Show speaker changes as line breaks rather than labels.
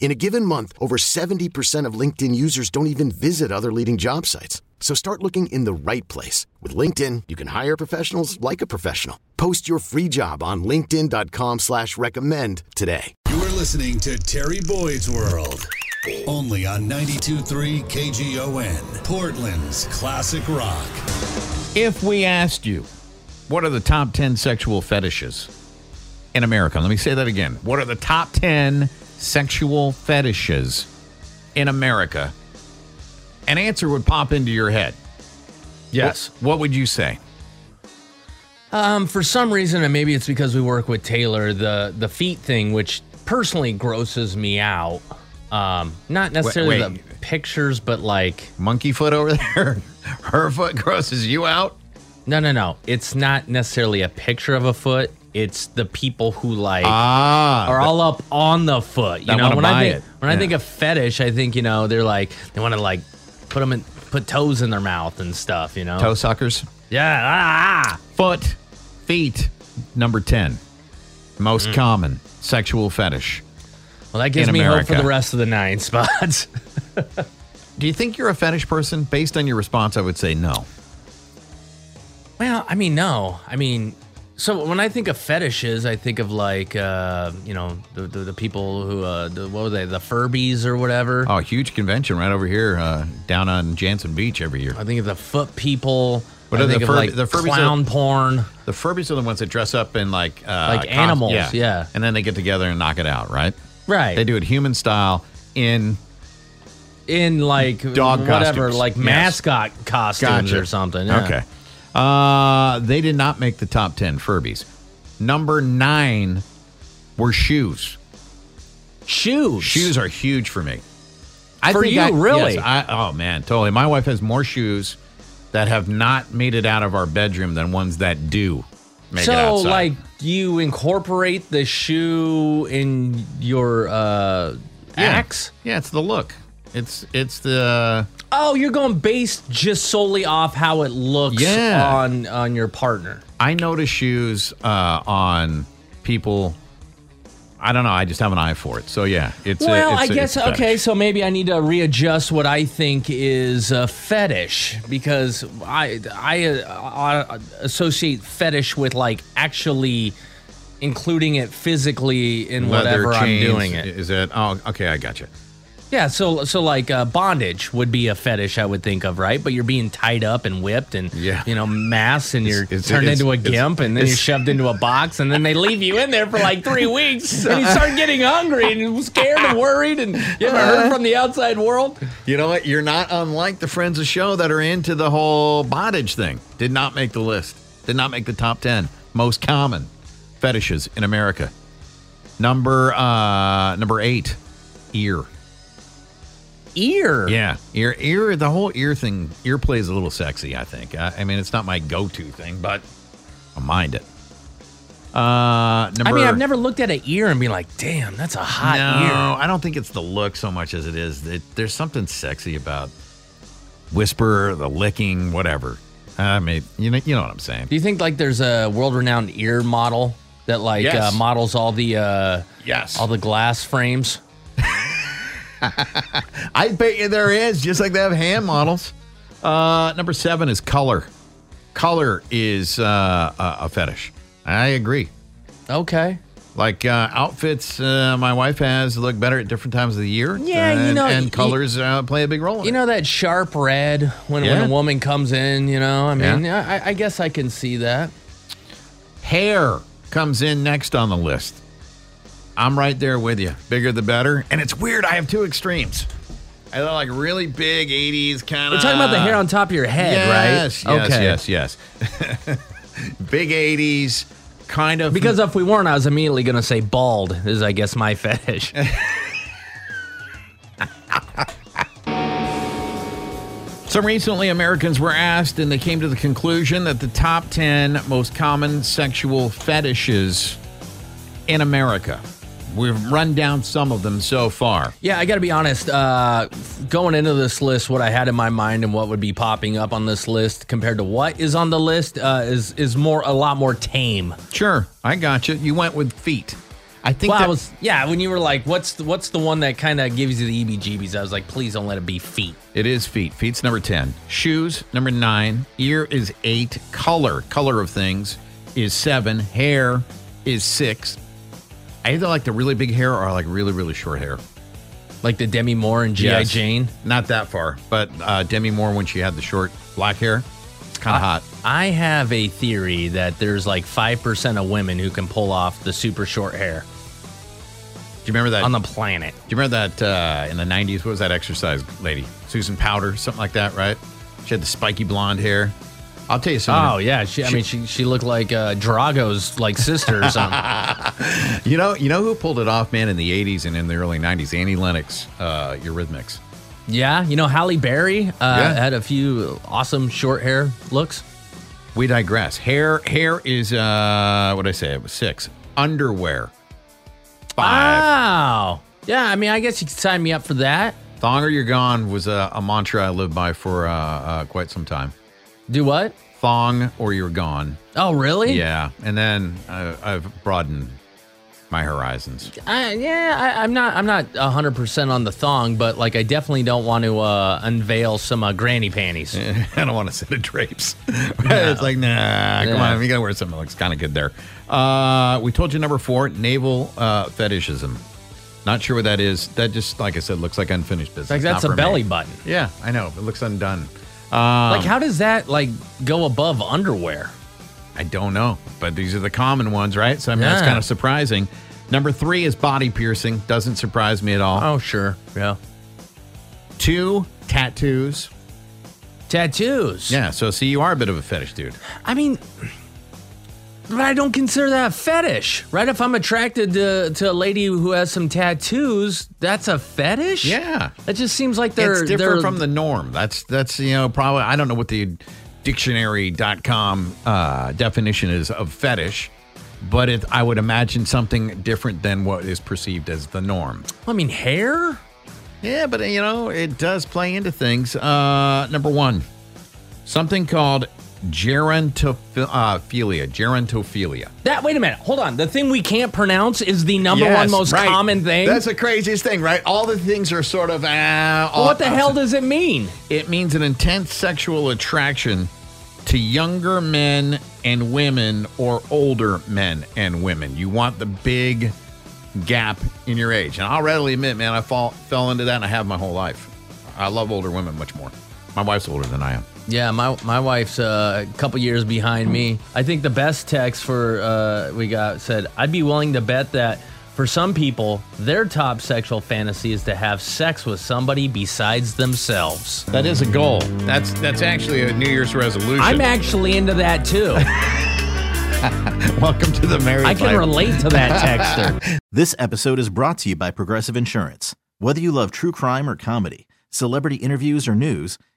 In a given month, over 70% of LinkedIn users don't even visit other leading job sites. So start looking in the right place. With LinkedIn, you can hire professionals like a professional. Post your free job on linkedin.com slash recommend today.
You're listening to Terry Boyd's World. Only on 92.3 KGON, Portland's classic rock.
If we asked you, what are the top 10 sexual fetishes in America? Let me say that again. What are the top 10 sexual fetishes in America? An answer would pop into your head.
Yes.
What, what would you say?
Um, for some reason, and maybe it's because we work with Taylor, the the feet thing, which personally grosses me out. Um, not necessarily
wait.
the pictures, but like
Monkey foot over there? Her foot grosses you out?
no, no, no. It's not necessarily a picture of a foot. It's the people who like
Ah.
are all up on the foot. You
That
know,
wanna
when
buy
I think
it.
when
Yeah.
I think of fetish, I think you know they're like they want to like put them in put toes in their mouth and stuff. You know,
Toe suckers?
yeah, ah,
Foot, feet, number 10. Most common sexual fetish.
well, that gives
In
me hope for
America.
the rest of the nine spots.
Do you think you're a fetish person? Based on your response, I would say no.
Well, I mean, no. I mean, so when I think of fetishes, I think of like, uh, you know, the, the, the people who, uh, the, what were they, the Furbies or whatever.
Oh, huge convention right over here uh, down on Jansen Beach every year.
I think of the foot people.
What
I
are the
think of
Furby-
like
the Furbies
clown porn.
The Furbies are the ones that dress up in like uh,
Like animals, yeah.
and then they get together and knock it out, right?
Right.
They do it human style in
In like
Dog
whatever,
costumes.
like
Yes.
mascot costumes or something. yeah.
Okay, uh, they did not make the top ten Furbies. Number nine were shoes.
Shoes.
Shoes are huge for me. I
For you,
I-
really?
yes, I, oh man, totally. My wife has more shoes that have not made it out of our bedroom than ones that do make it
So,
outside.
like, you incorporate the shoe in your uh, axe?
Yeah, it's the look. It's it's the
Oh, you're going based just solely off how it looks
Yeah.
on on your partner.
I notice shoes uh, on people. I don't know. I just have an eye for it. So yeah, it's a-
well,
it's
I
a-
guess
it's a
okay,
fetish.
so maybe I need to readjust what I think is a fetish because I I uh, uh, associate fetish with like actually including it physically in
Leather
whatever
chains,
I'm doing it.
Is it? Oh, okay. I got you.
Yeah, so so like uh, bondage would be a fetish I would think of, right? But you're being tied up and whipped and
Yeah.
you know mass and you're
it's-
turned
it's-
into a
it's-
gimp and then you're
it's-
shoved into a box and then they leave you in there for like three weeks and you start getting hungry and scared and worried and you ever heard from the outside world?
You know what? You're not unlike the friends of the show that are into the whole bondage thing. Did not make the list. Did not make the top ten most common fetishes in America. Number uh number eight, ear.
Ear.
Yeah, ear, ear. The whole ear thing, ear plays a little sexy. I think. I, I mean, it's not my go-to thing, but I mind it. Uh, number.
I mean, I've never looked at an ear and been like, damn, that's a
No,
hot ear.
I don't think it's the look so much as it is that there's something sexy about whisper, the licking, whatever. I mean, you know, you know what I'm saying.
Do you think like there's a world renowned ear model that like
Yes.
uh, models all the uh,
Yes,
all the glass frames?
I bet you there is, just like they have hand models. Uh, number seven is color. Color is uh, a, a fetish. I agree.
Okay.
Like uh, outfits, uh, my wife has look better at different times of the year.
Yeah, you
and,
know,
and
y-
colors uh, play a big role. In
You
it.
know that sharp red when,
Yeah.
when a woman comes in, you know? I mean,
Yeah.
I, I guess I can see that.
hair comes in next on the list. I'm right there with you. Bigger the better. And it's weird. I have two extremes. I look like really big 80s kind of.
We're talking about the hair on top of your head,
yes,
right?
Yes, yes, yes, big 80s kind of.
Because if we weren't, I was immediately going to say bald is, I guess, my fetish.
Some recently Americans were asked, and they came to the conclusion that the top 10 most common sexual fetishes in America. We've run down some of them so far.
Yeah, I got to be honest. Uh, going into this list, what I had in my mind and what would be popping up on this list compared to what is on the list uh, is is more a lot more tame.
Sure, I got you. You went with feet. I think
Well, I
that
was yeah. When you were like, "What's the, what's the one that kind of gives you the EBGBs?" I was like, "Please don't let it be feet."
it is feet. Feet's number 10. Shoes, number nine. Ear is eight. Color, color of things is seven. Hair is six. I either like the really big hair or I like really, really short hair.
Like the Demi Moore and GI
Yes.
Jane.
Not that far, but uh, Demi Moore when she had the short black hair, it's
Uh,
kind of hot.
I have a theory that there's like five percent of women who can pull off the super short hair
Do you remember that?
on the planet.
do you remember that uh, in the '90s? What was that exercise lady? Susan Powder, something like that, right? She had the spiky blonde hair. I'll tell you something.
Oh yeah, she, I mean she she looked like uh, Drago's like sister or something.
you know, you know who pulled it off, man, in the '80s and in the early '90s? Annie Lennox, uh, Eurythmics.
Yeah, you know Halle Berry uh,
Yeah.
had a few awesome short hair looks.
We digress. Hair, hair is uh, what I say. It was six. Underwear,
Ah!
five.
Wow. Yeah, I mean, I guess you could sign me up for that.
Thong or you're gone was a, a mantra I lived by for uh, uh, quite some time.
Do what?
thong or you're gone.
Oh, really?
Yeah, and then I, I've broadened my horizons.
I, yeah. I, I'm not. I'm not 100 percent on the thong, but like, I definitely don't want to uh, unveil some uh, granny panties.
I don't want to sit in drapes. it's like, nah, come
Yeah.
on, you gotta wear something that looks kind of good there. Uh, we told you number four, naval uh, fetishism. Not sure what that is. That just, like I said, looks like unfinished business.
Like,
Not
that's a
for me.
belly button.
Yeah, I know. It looks undone.
like, how does that like go above underwear?
I don't know, but these are the common ones, right? So I mean, that's
Yeah.
kind of surprising. Number three is body piercing. Doesn't surprise me at all.
Oh, sure. Yeah.
Two tattoos.
Tattoos.
Yeah, so see, you are a bit of a fetish dude.
I mean, but I don't consider that a fetish, right? If I'm attracted to, to a lady who has some tattoos, that's a fetish.
Yeah.
that just seems like they're
it's different
they're
from the norm. That's that's you know probably I don't know what the dictionary.com uh, definition is of fetish, but it, I would imagine something different than what is perceived as the norm.
I mean, hair.
Yeah, but you know it does play into things. Uh, number one, something called gerontophilia. Gerontophilia.
That wait a minute, hold on. The thing we can't pronounce is the number one
Yes,
most
right.
common thing.
That's the craziest thing, right? All the things are sort of. Uh,
Well, what the hell does it mean?
It means an intense sexual attraction to younger men and women or older men and women. You want the big gap in your age. And I'll readily admit, man, I fall, fell into that and I have my whole life. I love older women much more. My wife's older than I am.
Yeah, my my wife's uh, a couple years behind me. I think the best text for uh, we got said, "I'd be willing to bet that for some people, their top sexual fantasy is to have sex with somebody besides themselves."
That is a goal. That's that's actually a New Year's resolution.
I'm actually into that too.
Welcome to the married
I can
life.
relate to that texter.
This episode is brought to you by Progressive Insurance. Whether you love true crime or comedy, celebrity interviews or news,